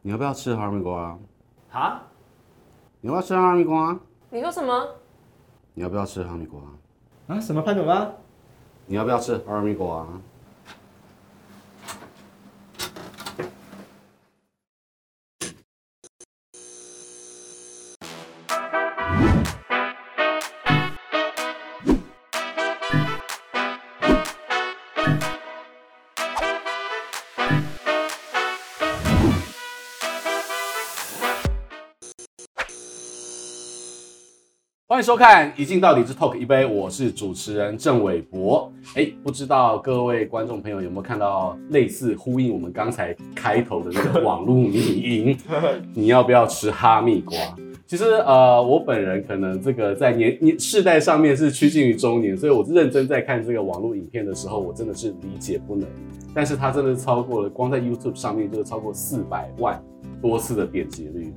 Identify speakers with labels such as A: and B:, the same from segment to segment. A: 你要不要吃哈密瓜？
B: 啊？
A: 你要不要吃哈密瓜？
C: 你说什么？
A: 你要不要吃哈密瓜？
B: 啊？什么潘朵拉？
A: 你要不要吃哈密瓜？欢迎收看《一镜到底之 Talk 一杯》，我是主持人郑伟博。哎，不知道各位观众朋友有没有看到类似呼应我们刚才开头的那个网络迷因？你要不要吃哈密瓜？其实呃，我本人可能这个在年年世代上面是趋近于中年，所以我认真在看这个网络影片的时候，我真的是理解不能。但是它真的超过了，光在 YouTube 上面就是超过四百万多次的点击率。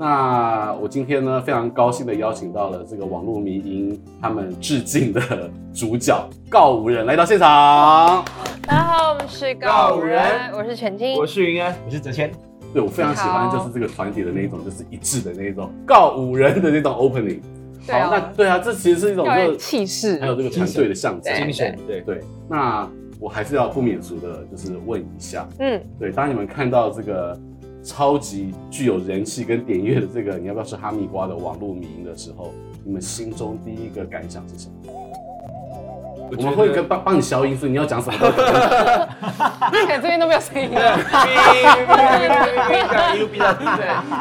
A: 那我今天呢，非常高兴的邀请到了这个网络迷音他们致敬的主角告五人来到现场。
C: 大家好，我们是告五人，
B: 告
C: 我是全金
B: 我。是云安，我是哲谦。
A: 对我非常喜欢，就是这个团体的那一种，就是一致的那一种告五人的那种 opening。
C: 对啊
A: 好那哎对啊，这其实是一种
C: 要
A: 这
C: 有点
A: 个
C: 气势
A: 还。有这个团队的象征。
B: 精神对，
A: 对，那我还是要不免俗的，就是问一下，
C: 嗯，
A: 对，当你们看到这个超级具有人气跟点阅的这个，你要不要吃哈密瓜的网络迷营的时候，你们心中第一个感想是什么？我
B: 觉得
A: 们会 跟帮帮你消音，所以你要讲什么都可以？
C: 哎，这边都没有声音。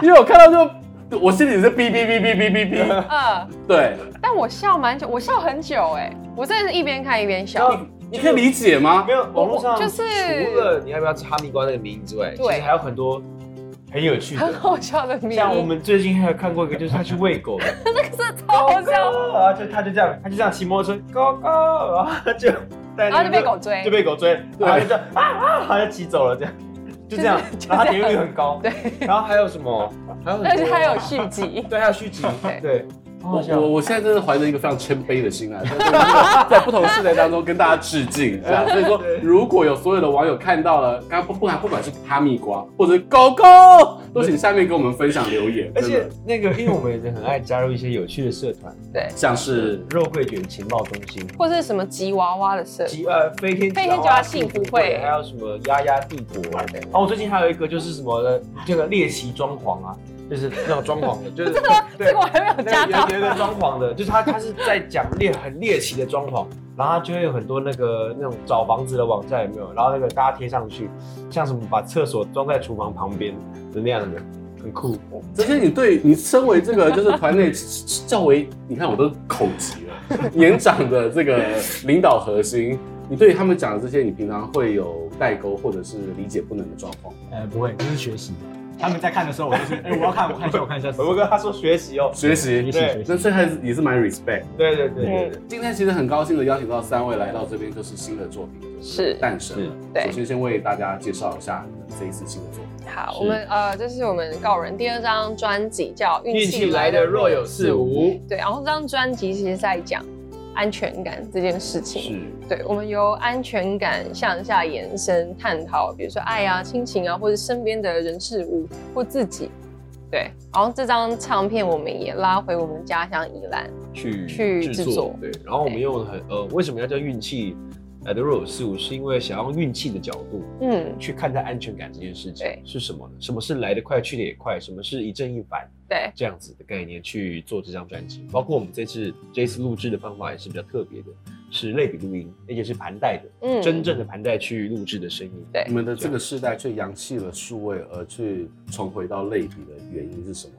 A: 因为我看到就我心里是哔哔哔哔哔哔哔，
C: 嗯，
A: 对，
C: 但我笑蛮久，我笑很久哎，我真的是一边看一边笑。
A: 你可以理解吗
D: 没？有网络上，
C: 就是
D: 除了你要不要吃哈密瓜这个名字之外，其
C: 对
D: 实还有很多很有趣
C: 很
D: 的。
C: 好笑的迷
D: 像我
C: 音，
D: 们最近还有看过一个，就是他去喂狗的，
C: 这超好笑，
D: 然后就他就这样，他就这样骑摩托车，狗狗，然后他就，然
C: 然后就被狗追
D: 就。被狗追，然后就这样啊啊，他就骑走了，这样，就这样
C: 就是，就这
D: 然
C: 样
D: 后他点击率很高。
C: 对，
D: 然后还有什么？还有很多啊
C: 但是它有续集。
D: 对，还有续集，
C: 对
D: 对，好
A: 我
D: 好笑
A: 我我现在真的怀着一个非常谦卑的心 啊，在这个在不同世代当中跟大家致敬，这 样。所以说，如果有所有的网友看到了，刚不不管不管是哈密瓜或者是狗狗，都请下面跟我们分享留言，
D: 而
A: 真
D: 且
A: 的
D: 那个，因为我们也很爱加入一些有趣的社 团，
C: 对，
A: 像是
D: 肉桂卷情报中心，
C: 或是什么吉娃娃的社，
D: 吉呃飞天
C: 飞天吉娃娃幸福会
D: 还有什么丫丫帝国啊？哦，我最近还有一个就是什么呢？这个猎奇装潢啊，就是那种装潢的，就是对
C: 这个我还没有加
D: 那
C: 到
D: 个。有有一个装潢的，就是他他是在讲猎很猎奇的装潢，然后他就会有很多那个那种找房子的网站有没有？然后那个大家贴上去，像什么把厕所装在厨房旁边的那样的，很酷。
A: 这些你对你身为这个就是团内 较为，你看我都口急了， 年长的这个领导核心，你对他们讲的这些，你平常会有代沟或者是理解不能的状况吗，
E: 呃，不会，就是学习。他们在看的时候，我 就是，哎、我要看，我看一下，我看一下。
D: 我跟他说学习哦，
A: 学习
E: 学习，学
D: 对
E: 习
A: 那。这还是也是蛮 respect。
D: 对对对对对，
A: 今天其实很高兴的邀请到三位来到这边，就是新的作品
C: 是
A: 诞生了。
C: 对
A: 首先先为大家介绍一下你们这一次新的作品。
C: 好，
E: 是
C: 我们呃，这是我们告人第二张专辑，叫《运
D: 运气来的若有似
A: 嗯
D: 无，
C: 对，然后这张专辑其实在讲安全感这件事情。
A: 是
C: 对，我们由安全感向下延伸，探讨比如说爱啊、亲情啊，或者身边的人事物或自己。对，然后这张唱片我们也拉回我们家乡宜兰。
D: 去
C: 去制作
D: 对，然后我们用很呃，为什么要叫运气来的若有似无？是因为想要用运气的角度
C: 嗯，
D: 去看待安全感这件事情
C: 对
D: 是什么呢？什么是来得快去得也快？什么是一正一反
C: 对，
D: 这样子的概念去做这张专辑？包括我们这次这次录制的方法也是比较特别的，是类比录音，而且是盘带的，
C: 嗯
D: 真正的盘带去录制的声音。
C: 对
A: 你们的这个世代却扬弃了数位，而去重回到类比的原因是什么？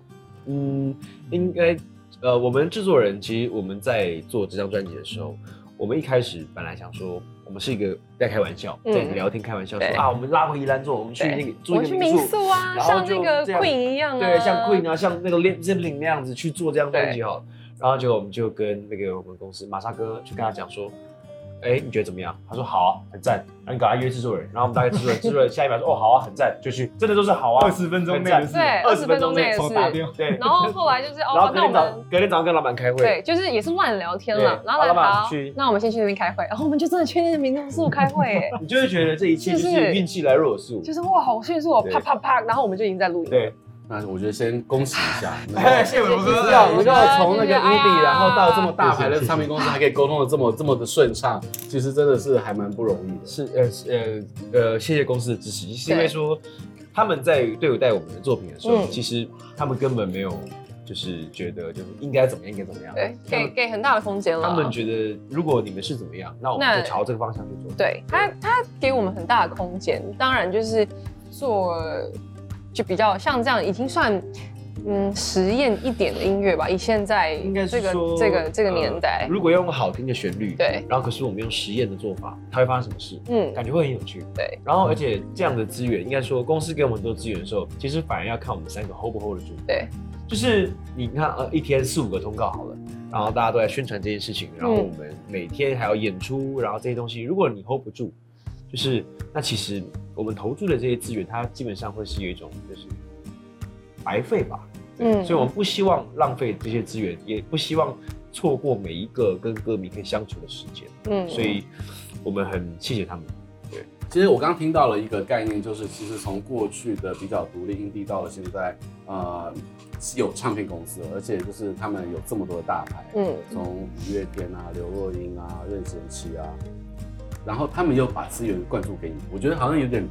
D: 嗯，应该呃，我们制作人其实我们在做这张专辑的时候，我们一开始本来想说，我们是一个在开玩笑，
C: 嗯
D: 在聊天开玩笑说
C: 对
D: 啊，我们拉回宜兰做，我们去
C: 对
D: 那个
C: 我
D: 做
C: 们
D: 一
C: 去
D: 个
C: 民
D: 民
C: 宿啊，
D: 然后
C: 像
D: 就
C: 那个
D: 这样
C: Queen 一样啊，
D: 对，像 Queen 啊，像那个 Led Zeppelin 那样子哦去做这张专辑好了。然后结果我们就跟那个我们公司马莎哥去跟他讲说，哎、你觉得怎么样？他说好啊，很赞。然后你赶快约制作人，然后我们大概制作人，制作人下一秒说哦好啊，很赞，就去，真的都是好啊
E: 二。十分钟内
D: 很赞
E: 的事，
C: 对，二十分钟内的
E: 从打电
C: 事。
E: 话，
D: 对，
C: 然 后后来就是
D: 然
C: 哦
D: 后，隔
C: 那我
D: 天早
C: 们
D: 隔天早上跟老板开会，
C: 对，就是也是乱聊天了
D: 对。
C: 然后
D: 好
C: 来
D: 老板
C: 好
D: 去，
C: 那我们先去那边开会，然后我们就真的去那个民众宿开会， 哎，
D: 你就会觉得这一切就
C: 就是是
D: 运气来若有似无。
C: 就是哇，好迅速哦，
D: 对
C: 啪啪啪，然后我们就已经在录音。
D: 对，
A: 那我觉得先恭喜一下，能够
E: 哎，谢伟
C: 谢谢
E: 哥，
C: 谢谢
A: 要能够从那个 indie，然后到这么大牌
D: 谢
A: 的
D: 谢
A: 唱片公司，还可以沟通的这么这么的顺畅，其实真的是还蛮不容易的。
D: 是呃是呃呃，谢谢公司的支持，是因为说他们在对待我们的作品的时候，
C: 嗯
D: 其实他们根本没有就是觉得就是应该怎么样，应该怎么样。
C: 对，
D: 他
C: 给
D: 们
C: 给很大的空间了。
D: 他们觉得如果你们是怎么样，那我们
C: 那
D: 就朝这个方向去做。
C: 对他，他给我们很大的空间。当然，就是做就比较像这样，已经算嗯实验一点的音乐吧。以现在
D: 应该是
C: 这个
D: 说
C: 这个这个年
D: 呃
C: 代，
D: 如果用好听的旋律，
C: 对，
D: 然后可是我们用实验的做法，它会发生什么事？
C: 嗯，
D: 感觉会很有趣。
C: 对，
D: 然后而且这样的资源，应该说公司给我们很多资源的时候，其实反而要看我们三个 hold 不 hold 得住。
C: 对，
D: 就是你看呃一天四五个通告好了，然后大家都在宣传这件事情，
C: 嗯
D: 然后我们每天还要演出，然后这些东西，如果你 hold 不住，就是那其实我们投注的这些资源，它基本上会是有一种就是白费吧。对
C: 嗯
D: 所以我们不希望浪费这些资源，也不希望错过每一个跟歌迷可以相处的时间，
C: 嗯
D: 所以我们很谢谢他们。
A: 其实我刚听到了一个概念，就是其实从过去的比较独立 indie 到了现在，呃，有唱片公司了，而且就是他们有这么多的大牌，
C: 嗯
A: 从五月天啊、刘若英啊、任贤齐啊，然后他们又把资源灌注给你，我觉得好像有点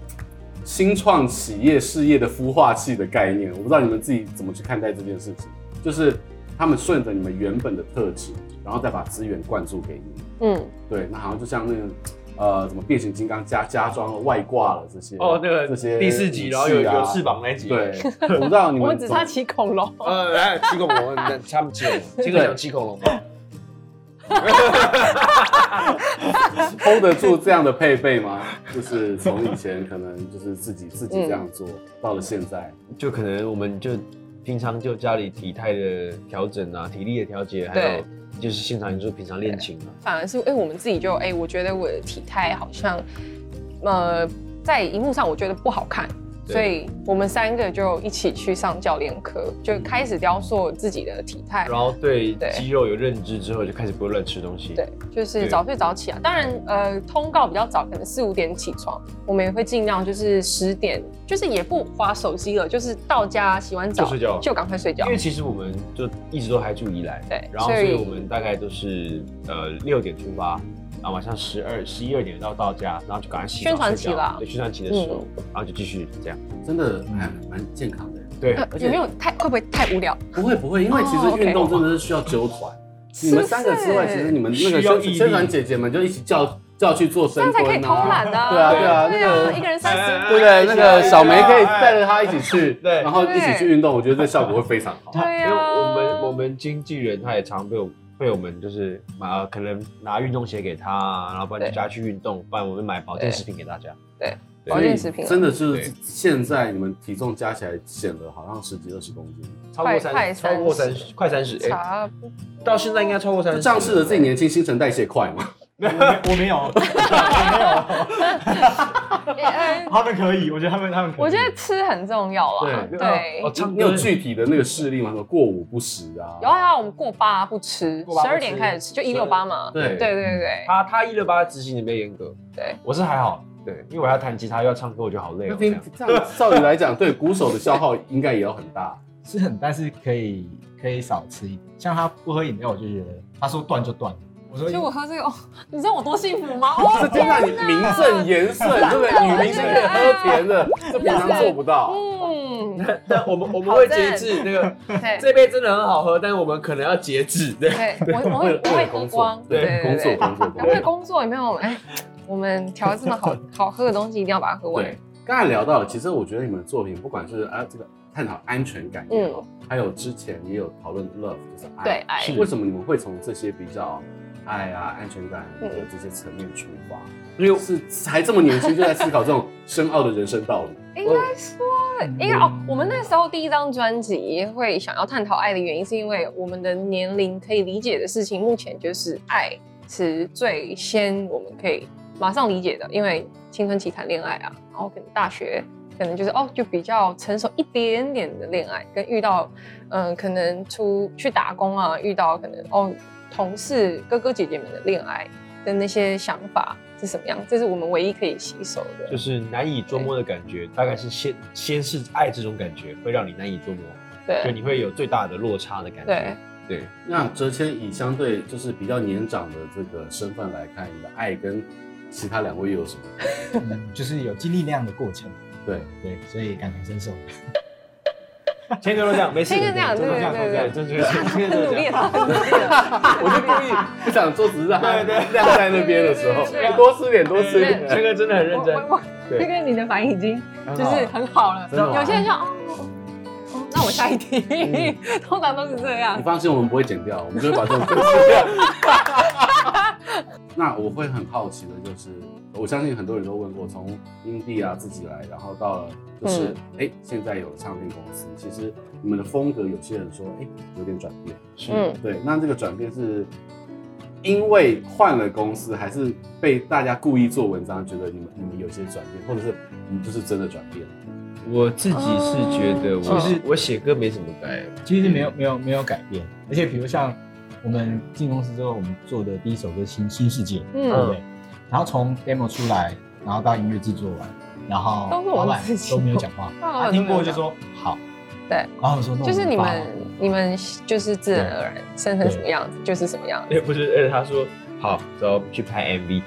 A: 新创企业事业的孵化器的概念，我不知道你们自己怎么去看待这件事情，就是他们顺着你们原本的特质，然后再把资源灌注给你。
C: 嗯
A: 对，那好像就像那个呃，什么变形金刚加加装了外挂了这些
D: 哦，那个
A: 这些
D: 第四集，然后有
A: 武器啊
D: 有翅膀那一集，
A: 对，我不知道你
C: 我
A: 们
C: 们只
A: 怎么
C: 差骑恐龙。
D: 呃，来七恐龙，那他们七 恐龙，这个讲七恐龙吗？
A: hold 得住这样的配备吗？ 就是从以前可能就是自己自己这样做，到了现在，
D: 就可能我们就平常就家里体态的调整啊，体力的调节，还有
C: 对
D: 就是现场演出平常练琴啊，
C: 反而是哎、我们自己就哎、我觉得我的体态好像，呃，在荧幕上我觉得不好看，
D: 对
C: 所以我们三个就一起去上教练课，就开始雕塑自己的体态。
D: 然后对
C: 对
D: 肌肉有认知之后，就开始不会乱吃东西。
C: 对，就是
D: 对
C: 早睡早起啊。当然，呃，通告比较早，可能四五点起床，我们也会尽量就是十点，就是也不划手机了，就是到家洗完澡
D: 就睡觉
C: 就赶快睡觉
D: 因。为其实我们就一直都还住宜兰，
C: 对
D: 然后所
C: 所以
D: 以我们大概都是呃六点出发，然后晚上十二十一二点到到家，然后就赶快洗澡
C: 宣传
D: 睡觉
C: 期啦嗯
D: 对宣传期的时候，然后就继续这样，
A: 真的还蛮健康的。
D: 对，
C: 呃
A: 而且
C: 有没有太会不会太无聊？
A: 不会不会，因为其
C: 哦
A: 实
C: ，OK
A: 运动真的是需要纠团，你
C: 是
A: 们
C: 不
A: 三个之外，
C: 是
A: 其实你们那个
D: 需要
A: 宣
D: 毅力
A: 宣传姐姐们就一起叫叫去做
C: 这
A: 深
C: 样才可以
A: 蹲
C: 偷懒的、
A: 啊，对啊对啊，
C: 对
A: 那个哎
C: 啊，一个人三十，
A: 对不对？那个小梅可以带着她一起去，
D: 对
A: 然后一起去运动，我觉得这效果会非常好。
C: 对
D: 因为我们我
C: 啊，
D: 们经纪人他也常被我被我们就是买、呃可能拿运动鞋给他啊，然后不然就
C: 对
D: 叫他去运动，不然我们买保健食品给大家。
C: 对
D: 对，
C: 保
A: 所以
C: 健食品啊
A: 真的就
D: 对
A: 是现在你们体重加起来显得好像十几二十公斤，
D: 超过
C: 快
D: 三，
C: 快
D: 超过
C: 三
D: 三
C: 十
D: 十，快三十，哎，
C: 茶
D: 到现在应该超过三十。
A: 仗势的自己年轻，新陈代谢快嘛。
E: 我没有，
C: 哎
E: 我没有，他们可以，我觉得他们他们可以，
C: 我觉得吃很重要啊啦，
A: 对
C: 对
D: 哦，。唱
A: 你有
D: 歌
A: 具体的那个事例吗？什么过午不食啊？
C: 有啊有啊，我们过八不吃，
D: 过八不
C: 十
D: 吃
C: 二点开始吃，就一六八嘛。
A: 对
C: 对对对
D: 他他一六八执行的没严格，
C: 对，
D: 我是还好，对，因为我还要弹吉他又要唱歌，我觉得好累
A: 那
D: 哦。这
A: 听
D: 样
A: 这样照理来讲，对鼓手的消耗应该也要很 大。
E: 是很，但是可以可以少吃一点。像他不喝饮料，我就觉得他说断就断。我说
C: 对。所以我喝这个，哦，你知道我多幸 福吗？哦，
A: 这就让你名正言 顺，对不对？女明星可以喝甜的，这平常做不 到。
C: 嗯，
D: 但我们我们
C: 好
D: 会节
C: 赞
D: 制那个，
C: 对
D: 这杯真的很好喝，但是我们可能要节制，对。
C: 对，我我会我会喝光，
A: 对工作工作
C: 然后
A: 工
C: 为
A: 作。
C: 工作有没有？哎，我们调这么好好喝的东西，一定要把它喝完。
A: 对，刚才聊到了，其实我觉得你们的作品，不管是啊这个探讨安全感也好，还有之前也有讨论 love，就是爱。
C: 对，哎，
A: 为什么你们会从这些比较爱啊、安全感的这些层面出发？
D: 因为
A: 是还这么年轻就在思考这种深奥的人生道理？
C: 应该说，
D: 嗯
C: 应该哦，我们那时候第一张专辑会想要探讨爱的原因，是因为我们的年龄可以理解的事情，目前就是爱词最先我们可以马上理解的，因为青春期谈恋爱啊，然后可能大学可能就是哦，就比较成熟一点点的恋爱，跟遇到嗯、呃可能出去打工啊，遇到可能哦同事哥哥姐姐们的恋爱的那些想法是什么样，这是我们唯一可以吸收的。
D: 就是难以捉摸的感觉，大概是先先是爱这种感觉，会让你难以捉摸，就
C: 对
D: 你会有最大的落差的感
C: 对
D: 觉。。对，
A: 那哲谦以相对就是比较年长的这个身份来看，你的爱跟其他两位又有什么？
E: 嗯就是有经历那样的过程，
A: 对，
E: 对，所以感同身受。
D: 谦哥都这样，没事，
C: 谦哥这样
D: 真的
C: 对对对
D: 真的这样，真的这样，
C: 很努力，他很努力。
A: 我就故意不想做，只是让 它
D: 对对
A: 晾在那边的时候
C: 对对，对
A: 多吃点，多吃
D: 对
A: 点。
D: 谦哥真的很认真
C: 我，我我，
D: 对啊
C: 这个你的反应已经
A: 很
C: 就
A: 好
C: 是很好了。
A: 真的吗
C: 有些人像哦，哦那我下一题， 通常都是这样
A: 你。放心，我们不会剪掉，我们就会把这种分析掉。 那我会很好奇的就是，我相信很多人都问过，从英帝啊自己来，然后到了就是哎
C: 嗯、
A: 诶现在有了唱片公司，其实你们的风格有些人说哎、诶有点转变，
C: 嗯，
A: 对，那这个转变是因为换了公司，还是被大家故意做文章，觉得你们你们有些转变，或者是你就是真的转变？
D: 我自己是觉得，
C: 哦
D: 我是我写歌没怎么改，
E: 其实没有没有没有改变，而且比如像我们进公司之后，我们做的第一首歌《新新世界》，
C: 嗯
E: 对不对？然后从 demo 出来，然后到音乐制作完，然后
C: 都是我
E: 老
C: 们
E: 板
C: 自己
E: 都没有讲话，
C: 大老
E: 他
C: 板都
E: 啊听
C: 没有
E: 过就说好，
C: 对，
E: 然后我说那我
C: 就是你
E: 发
C: 们你们就是自然而然生成什么样子就是什么样子，
D: 也不是，而且他说好，走，我们去拍 MV，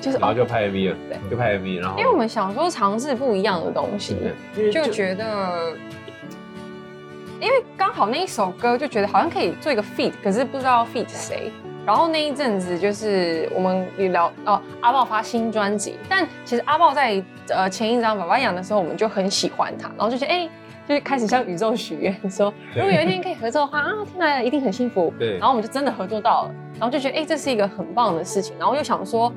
C: 就是
D: 然后
C: 哦，
D: 就拍 MV 了，
C: 对
D: 就拍 MV，然后
C: 因为我们想说尝试不一样的东西，
D: 因为
C: 就觉得。因为刚好那一首歌就觉得好像可以做一个 feat，可是不知道 feat 谁。然后那一阵子就是我们也聊哦，阿豹发新专辑，但其实阿豹在呃前一张《爸爸养》的时候，我们就很喜欢他，然后就觉得哎、就是开始向宇宙许愿说，如果有一天可以合作的话啊，天哪，一定很幸福。
D: 对
C: 然后我们就真的合作到了，然后就觉得哎、这是一个很棒的事情。然后又想说，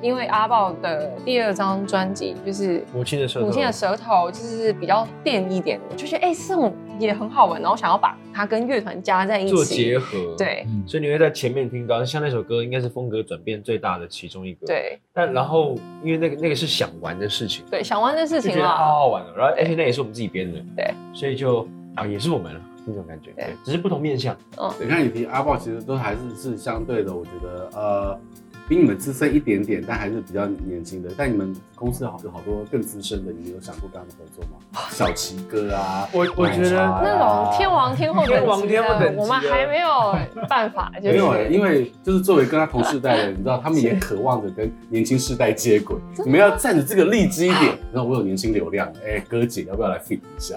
C: 因为阿豹的第二张专辑就是
D: 母亲的舌头
C: 母亲的舌头就是比较电一点的，就觉得哎、这种也很好闻，然后想要把它跟乐团加在一
D: 做
C: 起。
D: 结合，，
C: 对
E: 嗯
D: 所以你会在前面听到，像那首歌应该是风格转变最大的其中一个，。
C: 对
D: 但然后因为那个那个是想玩的事情，
C: 对，想玩的事
D: 就
C: 情
D: 觉得好
C: 啦。
D: 好玩哦。然后而且那也是我们自己编的，
C: 对，
D: 所以就啊也是我们了那种感觉，
C: 对
D: 对，只是不同面向。
A: 你看你提阿豹，其实都还是是相对的，我觉得呃，比你们资深一点点，但还是比较年轻的。但你们公司好有好多更资深的，你们有想过跟他们合作吗？小齐哥啊，
D: 我我觉
A: 奶
D: 得
A: 茶啊
C: 那种天王天 后
D: 天王
C: 等级
D: 天后等
C: 的
D: 级，的
C: 我们还没有办法，就
A: 没
C: 是
A: 有欸，因为就是作为跟他同世代的人，你知道他们也渴望着跟年轻世代接轨。你们要站着这个立基点，你知道我有年轻流量，哎、哥姐要不要来 fit 一下？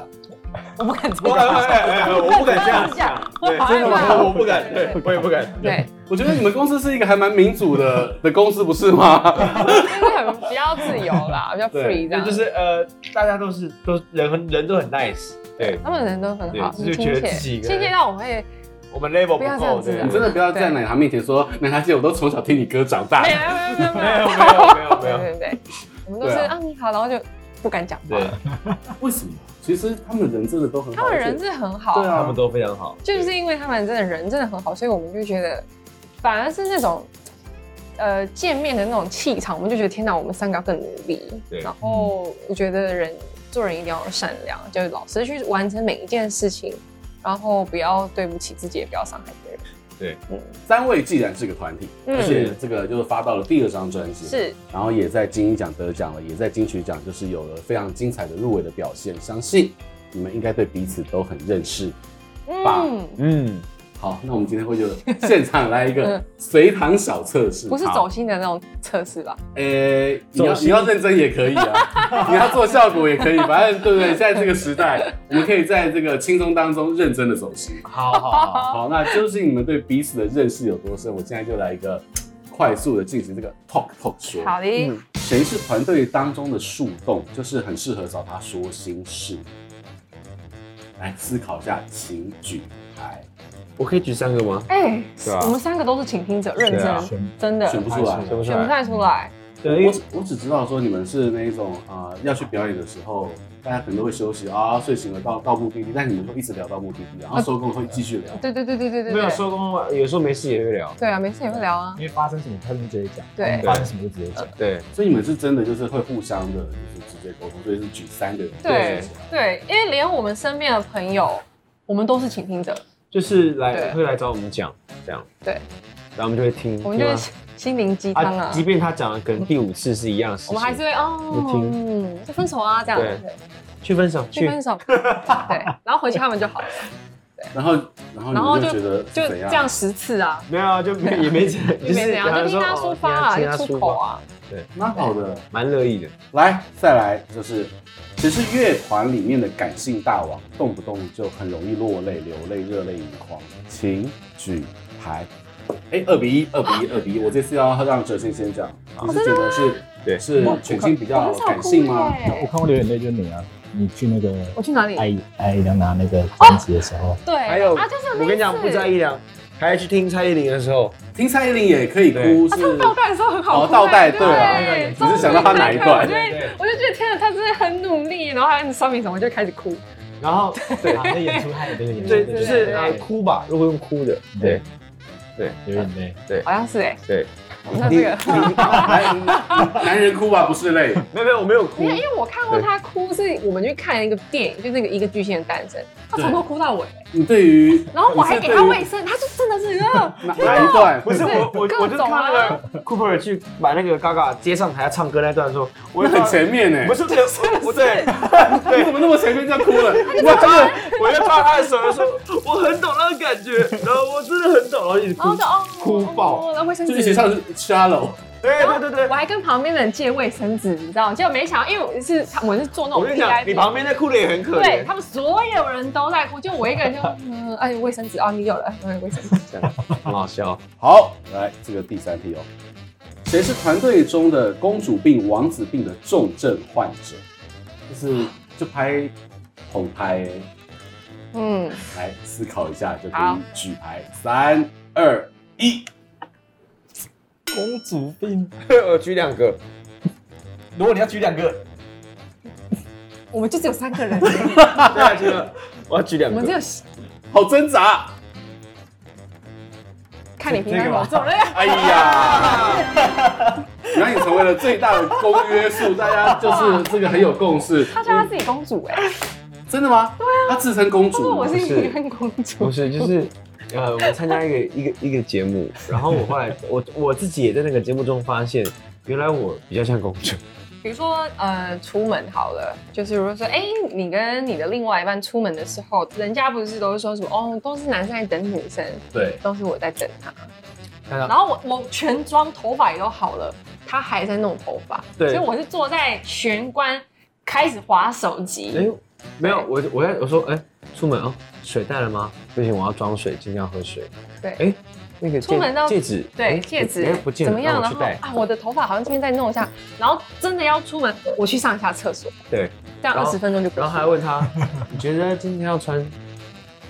C: 我不敢这
D: 我哎
C: 样。
D: 我不敢这样讲，对，真的吗？我不敢，对，我也不敢。
C: 对，
A: 我觉得你们公司是一个还蛮民主的的公司，不是吗？
C: 就是很比较自由 啦，比较
A: 对
C: free 这样。
D: 就是呃，大家都是都人很人都很 nice，对
C: 他们人都很好，
D: 对
C: 很
D: 就
C: 亲
D: 觉得
C: 切，
D: 自己一
C: 亲
D: 个人
C: 切到我会
D: 我们 level
C: 不要
D: 不
C: 这样
D: 够，
C: 子
D: 对，
C: 啊
A: 你真的不要在奶茶面前说奶茶姐，我都从小听你哥长大
C: 哎没。有没有没有
D: 没
C: 没
D: 有
C: 有
D: 没有没有没
C: 没有
D: 有，
C: 对对对，我们都是
A: 对啊
C: 啊你好，然后就不敢讲话
D: 对。
A: 为什么？其实他们人真的都很好，
C: 他们
A: 而
C: 人
A: 且
C: 真的很好，
A: 对啊
D: 他们都非常好，
C: 就是因为他们真的人真的很好，所以我们就觉得反而是那种呃见面的那种气场，我们就觉得天哪，我们三个要更努力。
D: 对
C: 然后我觉得人做人一定要善良，就是老实去完成每一件事情，然后不要对不起自己，也不要伤害别人。
D: 对，
C: 嗯，
A: 三位既然是个团体，
C: 嗯
A: 而且这个就是发到了第二张专辑，，
C: 是
A: 然后也在金鹰奖得奖了，也在金曲奖就是有了非常精彩的入围的表现，相信你们应该对彼此都很认识。吧
C: 嗯，
D: 嗯，
A: 好，那我们今天会就现场来一个
C: 嗯
A: 随堂小测试，
C: 不是
A: 好
C: 走，心的那种测试吧？
A: 诶、你要
D: 走心
A: 你要认真也可以 啊，你要做效果也可以，反正对不对？现在这个时代，我们可以在这个轻松当中认真的走心。
D: 好好好，
A: 好，那究竟你们对彼此的认识有多深？我现在就来一个快速的进行这个 talk talk 说。嗯
C: 好的，
A: 谁是团队当中的树洞？就是很适合找他说心事。来思考一下，请举牌。
D: 我可以举三个吗？
C: 哎、
D: 对啊
C: 我们三个都是倾听者，认真，
D: 对啊
C: 真的
A: 选不出来
D: 选不
C: 选不太出来。
D: 对，因为
A: 我我只知道说你们是那一种啊、呃要去表演的时候，大家可能都会休息啊，睡醒了到到目的地，但你们会一直聊到目的地，然后收工会继续 聊。
C: 对对对对对对
D: 没有
C: 对，
D: 收工，有时候没事也会聊。
C: 对啊，没事也会聊啊
E: 因。为发生什么他们直接讲，
C: 对
E: 发生什么就直接讲。
D: 对，
A: 所以你们是真的就是会互相的，就是直接沟通，所以是举三个人
C: 对
A: 起来
C: 对，因为连我们身边的朋友，我们都是倾听者，
D: 就是
C: 对
D: 来会来找我们讲这样。
C: 对，
D: 然后我们就会听。
C: 我们就是
D: 听
C: 心心灵鸡
D: 完
C: 汤啊
D: 啊即。便他讲的可能第五次是一样的事情，
C: 我们还是会哦
D: 不，
C: 嗯，就分手啊这样，
D: 对
C: 对，
D: 去分手
C: 去
D: 去。
C: 分手，对，然后回去他们就好了，
A: 然后然后你
C: 然后
A: 们
C: 就
A: 就觉得
C: 就是
A: 怎
C: 这样十次啊，
D: 没有啊，就没也没讲，
C: 就没怎样，就听他抒发啊，
D: 哦听
C: 就
D: 他
C: 出
D: 抒
C: 口
D: 发，
C: 啊，
A: 蛮好的。
D: 蛮乐意的。
A: 来，再来就是，其实乐团里面的感性大王，动不动就很容易落泪、流泪、热泪盈眶。请举牌。哎，二比一，二比一，二比一。我这次要让哲信先讲，你是觉得
D: 哦
A: 是
D: 对
A: 是全心比较
C: 很少
A: 感
C: 哭
A: 性吗？
E: 那我哎
C: 耶。
E: 看过流眼泪就是你啊，你去那个
C: 我去哪里？
E: 爱爱良拿那个专辑的时候，
C: 对，
D: 还有
C: 啊，就是有那一次
D: 我跟你讲，不在意良，还去听蔡依林的时候，
A: 听蔡依林也可以哭，是
C: 倒带的时候很好
A: 哦
C: 哭
A: 倒带
C: 哎
A: 对啊
C: 对，
A: 你是想到他哪一段
C: 我就会我就觉得天啊哪，他真的很努力，然后还很说明什么，我就开始哭。
D: 然后
E: 对，那演出还有那个演出，
D: 对，
E: 不
D: 就是呃哭吧，如果用哭的，对，
E: 流眼泪。
C: 好像是哎，
D: 对，
C: 那这个，
A: 来，男人哭吧，不是泪。
D: 没有没有，我没有哭
C: 因，为因为我看过他哭，是我们去看一个电影，就那个一个巨星的诞生，他从头哭到尾，
A: 你对于
C: 然后我还给他卫
A: 喂
C: 生，他就真的是呃，
A: 哪哪一段？
D: 不是
C: 对
D: 我我我
C: 各
D: 就
C: 种
D: 看
C: 啊
D: 那个 Cooper 去把那个 Gaga 接上台要唱歌那段的时候，我
A: 那
D: 就
A: 很
D: 抓
A: 前面呢。
D: 不，是这个，我对，
A: 你怎么那么前面就哭了？
D: 我抓 我就抓他的手，说我很懂那个感 觉，然后我真的很懂，然后一直
C: 然后
D: 哭
C: 就，哦，
D: 哭爆
C: 哦，然后卫生
A: 就
C: 纸
A: 一起唱《Shallow》。
D: 对对对对
C: 我。还跟旁边的人借卫生纸，你知道吗？结果没想到，因为我是我是做那
D: 我
C: 种
D: 跟你讲，
C: PIP
D: 你旁边那哭的也很可
C: 对
D: 怜
C: 他。们所有人都在哭，就我一个 人就嗯，哎，卫生纸啊，你有了，哎，卫生纸。
D: 很好笑。
A: 好，来这个第三题哦，谁是团队中的公主病、王子病的重症患者？就是就拍捧拍欸，
C: 嗯，
A: 来思考一下就可
C: 好
A: 以举牌。三二一，
E: 公主病，
D: 我举两个，
E: 如果你要举两个，
C: 我们就只有三个人，
D: 对啊，这个我要举
C: 我
D: 两
C: 们只
D: 个。
C: 有
A: 好挣扎！
C: 看你平安保重了。
A: 哎呀，原来你成为了最大的公约数，大家就是这个很有共识。嗯
C: 他叫他自己公主哎，
A: 真的吗？对啊，她自称公
C: 他说
A: 主，
C: 我是
D: 不是
C: 平安公主
D: 不。是， 就是呃，我参加一个一个一个节目，然后我后来我我自己也在那个节目中发现，原来我比较像公主。
C: 比如说呃，出门好了，就是如果说哎，你跟你的另外一半出门的时候，人家不是都是说什么哦，都是男生在等女生，
A: 对，
C: 都是我在等他。
D: 看到
C: 然后我我全妆头发也都好了，他还在弄头发，
D: 对
C: 所以我是坐在玄关开始划手机。
D: 哎，没有，我我在我说哎，出门哦，水带了吗？不行，我要装水，尽量喝水。
C: 对
D: 哎，那个戒
C: 出门到
D: 戒指，
C: 对，
D: 哎
C: 戒指
D: 哎不见了，
C: 怎么样？
D: 让我去
C: 然后
D: 戴。
C: 啊，我的头发好像这边再弄一下，然后真的要出门，我去上一下厕所，
D: 对，
C: 这样
D: 然
C: 二
D: 后
C: 十分钟就过去
D: 然
C: 了。
D: 后还问他，你觉得今天要穿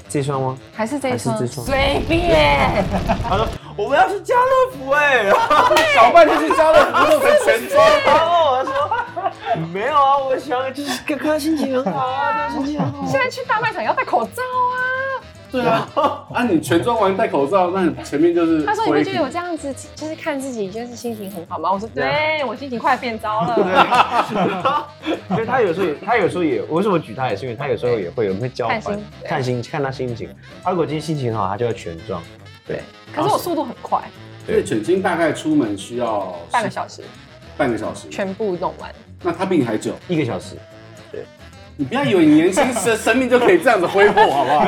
D: 这双吗？
C: 还是这一双，
D: 还是这双
C: 随便。
D: 他说我们要去家乐福哎、然后
A: 小半天去加了不弄成全妆。
C: 哦
D: 我说 没有啊，我想就是刚刚心情很好 啊，心情很好。
C: 现在去大卖场也要戴口罩啊。
A: 对啊， 啊你全妆完戴口罩，那你前面就是
C: 他说你会觉得我
A: 灰
C: 这样子，就是看自己就是心情很好吗？我说
E: 啊
C: 对，我心情快变糟
D: 对
C: 了。
D: 因为他有时候也，他有时候也，我为什么举他也是因为他有时候也会有人会交换
C: 看心对
D: 看心看他心情。他如果今天心情好，他就要全妆。对，
C: 可是我速度很快，
A: 所以犬青大概出门需要
C: 半个小时
A: 半个小时，
C: 全部弄完。
A: 那他比你还久。
D: 一个小时。
A: 你不要以为你年轻时生命就可以这样子挥霍，好不好？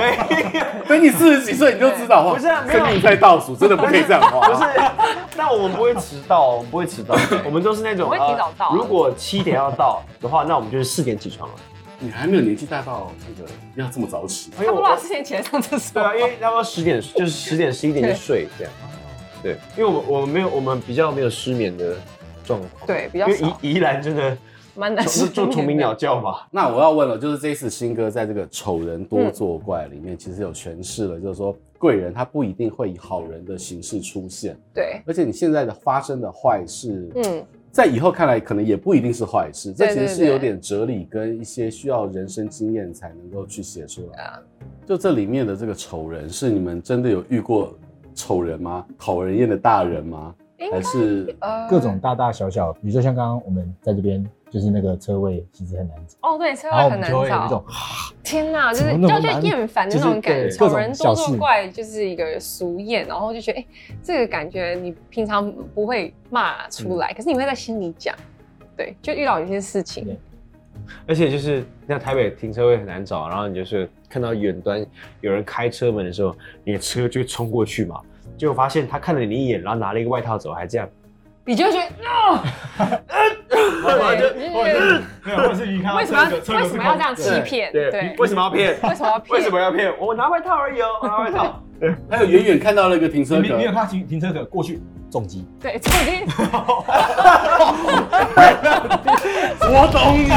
A: 等你四十几岁你就知道，哇
D: 不是啊没有
A: 生命在倒数，真的不可以这样花。
D: 不是， 那我们不会迟到，我们不会迟到，我们都是那种
C: 我会提早到啊
D: 呃如果七点要到的话，那我们就是四点起床了。
A: 你还没有年纪大到那个要这么早起。
D: 因为
C: 差不
D: 我
C: 多之前起来上厕所。
D: 对啊，因为差不多十点就是十点十一点就睡这样。对，因为我们我们没有我们比较没有失眠的状况。
C: 对比
D: 因
C: 较
D: 为
C: 少，
D: 宜宜兰真的
C: 蛮难
D: 就
C: 适
D: 就
C: 应的
D: 虫鸣鸟。叫 嘛。
A: 那我要问了，就是这一次新歌在这个丑人多作怪里面，其实有诠释了，就是说贵人他不一定会以好人的形式出现，
C: 对，
A: 而且你现在的发生的坏事，
C: 嗯，
A: 在以后看来，可能也不一定是坏事。这
C: 对
A: 其实
C: 对
A: 是有
C: 对
A: 点哲理跟一些需要人生经验才能够去写出来
C: 啊
A: 的。就这里面的这个丑人，是你们真的有遇过丑人吗？讨人厌的大人吗？
C: 应
A: 还 是
C: 呃
E: 各种大大小小，比如说像刚刚我们在这边，就是那个车位其实很难找，
C: 哦，对，车
E: 然后
C: 位
E: 我
C: 很
E: 们
C: 难
E: 就会有一
C: 找
E: 种。
C: 天呐，就
E: 怎
C: 是
E: 么那么
C: 就
E: 难
C: 就厌烦的那种感
E: 就
C: 觉，
E: 是对各
C: 丑
E: 种
C: 人多
E: 小
C: 作
E: 事
C: 怪就是一个俗谚，然后就觉得哎、这个感觉你平常不会骂出来，可是你会在心里讲，对，就遇到有些事情
E: 嗯对，
D: 而且就是像台北停车位很难找，然后你就是看到远端有人开车门的时候，你的车就会冲过去嘛，结果发现他看了你一眼，然后拿了一个外套走，还这样，
C: 你就会觉得啊，对就是
B: 没有，或者是你看到
C: 为什
E: 啊
C: 么要
B: 车流
C: 为
B: 是空
C: 什么要这样
B: 的
C: 欺骗？对，
D: 为什么要骗？
C: 为什么要骗？
D: 为什么要骗？我拿外套而已哦，我拿外套。
A: 还有远远看到那个停车
B: 你你有
A: 格，
B: 看到停停车格过去重击，
C: 对，这已经
A: 我懂 你。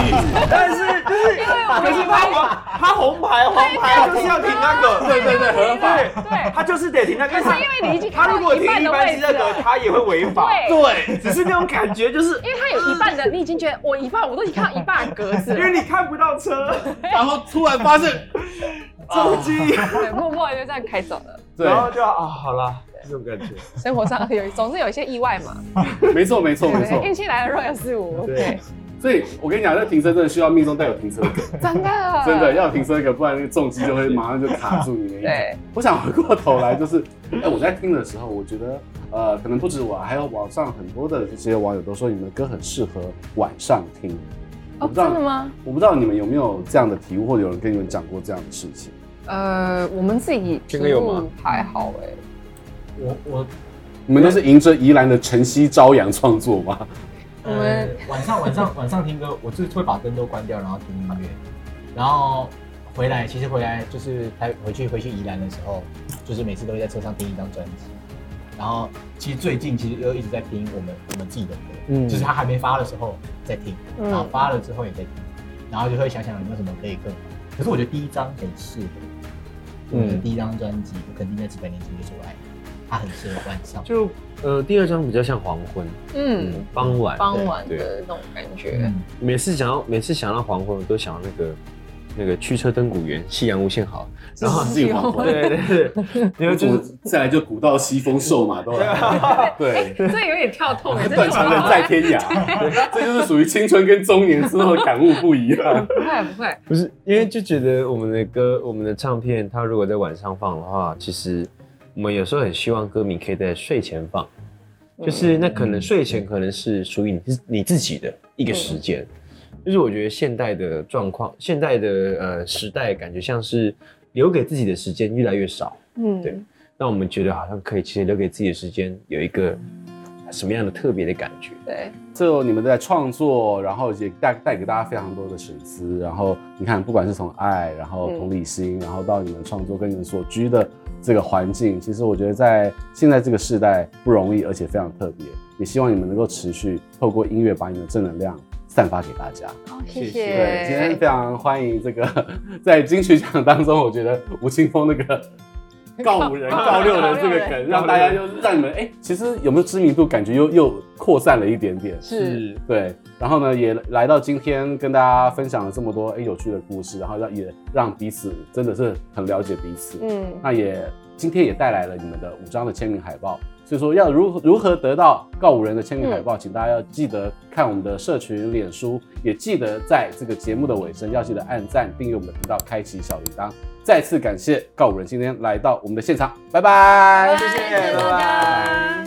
D: 但是就是，可是他他红牌黄牌就是要停那个，对对对，合法，
C: 对，
D: 他就是得停那个。
C: 可是因为你已经看
D: 他如
C: 到
D: 果
C: 一
D: 停
C: 半
D: 一
C: 的
D: 般
C: 位
D: 停
C: 置
D: 那个，
C: 了，
D: 他也会违法。
C: 对
D: 对，只是那种感觉就是
C: 因为它有一半的，你已经觉得我一半我都已经看到一半的格子
D: 因
C: 了，
D: 为你看不到车，
A: 然后突然发现，
D: 重击，
C: 对，默默地就这样开走了。
A: 对，
D: 然后就啊，好啦，这种感觉。
C: 生活上有总是有一些意外嘛，
A: 没错没错
C: 对
A: 没
C: 不
A: 错
C: 对？。运气来了若有似无，
D: 对
C: 对，
A: 所以我跟你讲，这停车真的需要命中带有停车格，
C: 真的，哦
A: 真的要有停车格，不然那个重击就会马上就卡住你的。。
C: 对，
A: 我想回过头来，就是，哎、我在听的时候，我觉得，呃，可能不止我，还有网上很多的这些网友都说，你们的歌很适合晚上听。我
C: 哦，
A: 不知道
C: 真的，吗？
A: 我不知道你们有没有这样的体悟，或者有人跟你们讲过这样的事情。
C: 呃，我们自己
D: 这个有吗
C: 题目还好哎，
E: 我我
A: 你们都是迎着宜兰的晨曦朝阳创作 吗？
C: 我们
E: 呃、晚上晚上晚上听歌，我就是会把灯都关掉，然后听音乐，然后回来，其实回来就是台回去回去宜兰的时候，就是每次都会在车上听一张专辑，然后其实最近其实又一直在听我们我们自己的歌，
D: 嗯
E: 就是他还没发的时候在听，然后
C: 嗯，
E: 发了之后也在听，然后就会想想有没有什么可以更好，可是我觉得第一张很适合，嗯，
D: 嗯
E: 第一张专辑我肯定在几百年前就说爱，它很适合晚上，
D: 就呃，第二张比较像黄昏，
C: 嗯，
D: 傍晚。
C: 傍晚的那种感觉，
E: 嗯，
D: 每次想要每次想到黄昏，我都想到那个那个驱车登古原，夕阳无限好。然后
A: 是自己黄昏
D: 对对对，因为就
A: 我
D: 是
A: 再来就古道西风瘦马都 来，对，
C: 这有点跳痛 哎，这
A: 断肠人在天 涯，这就是属于青春跟中年之后的感悟不一样。
C: 不会不会，
D: 不是因为就觉得我们的歌、我们的唱片，它如果在晚上放的话，其实我们有时候很希望歌迷可以在睡前放，就是那可能睡前可能是属于你自你自己的一个时间。就是我觉得现代的状况，现代的呃时代，感觉像是留给自己的时间越来越少。
C: 嗯，
D: 对让我们觉得好像可以，其实留给自己的时间有一个什么样的特别的感觉？
C: 对，
A: 最后你们在创作，然后也带带给大家非常多的省思。然后你看，不管是从爱，然后
C: 嗯
A: 同理心，然后到你们创作跟你们所居的这个环境，其实我觉得在现在这个时代不容易，而且非常特别。也希望你们能够持续透过音乐把你们的正能量散发给大家。
C: 哦，谢
D: 谢谢
A: 对，今天
C: 谢
A: 非，常欢迎这个 在金曲奖当中，我觉得吴青峰那个告五人、告六人这个梗，让大家就让你们哎、其实有没有知名度，感觉又又扩散了一点点。
C: 是，
A: 对，然后呢，也来到今天跟大家分享了这么多哎有趣的故事，然后让也让彼此真的是很了解彼此。
C: 嗯，
A: 那也今天也带来了你们的五张的签名海报，所以说要如何如何得到告五人的签名海报，请大家要记得看我们的社群脸书，也记得在这个节目的尾声要记得按赞、订阅我们的频道，开启小铃铛。再次感谢告五人今天来到我们的现场，拜拜，
C: 谢谢大家。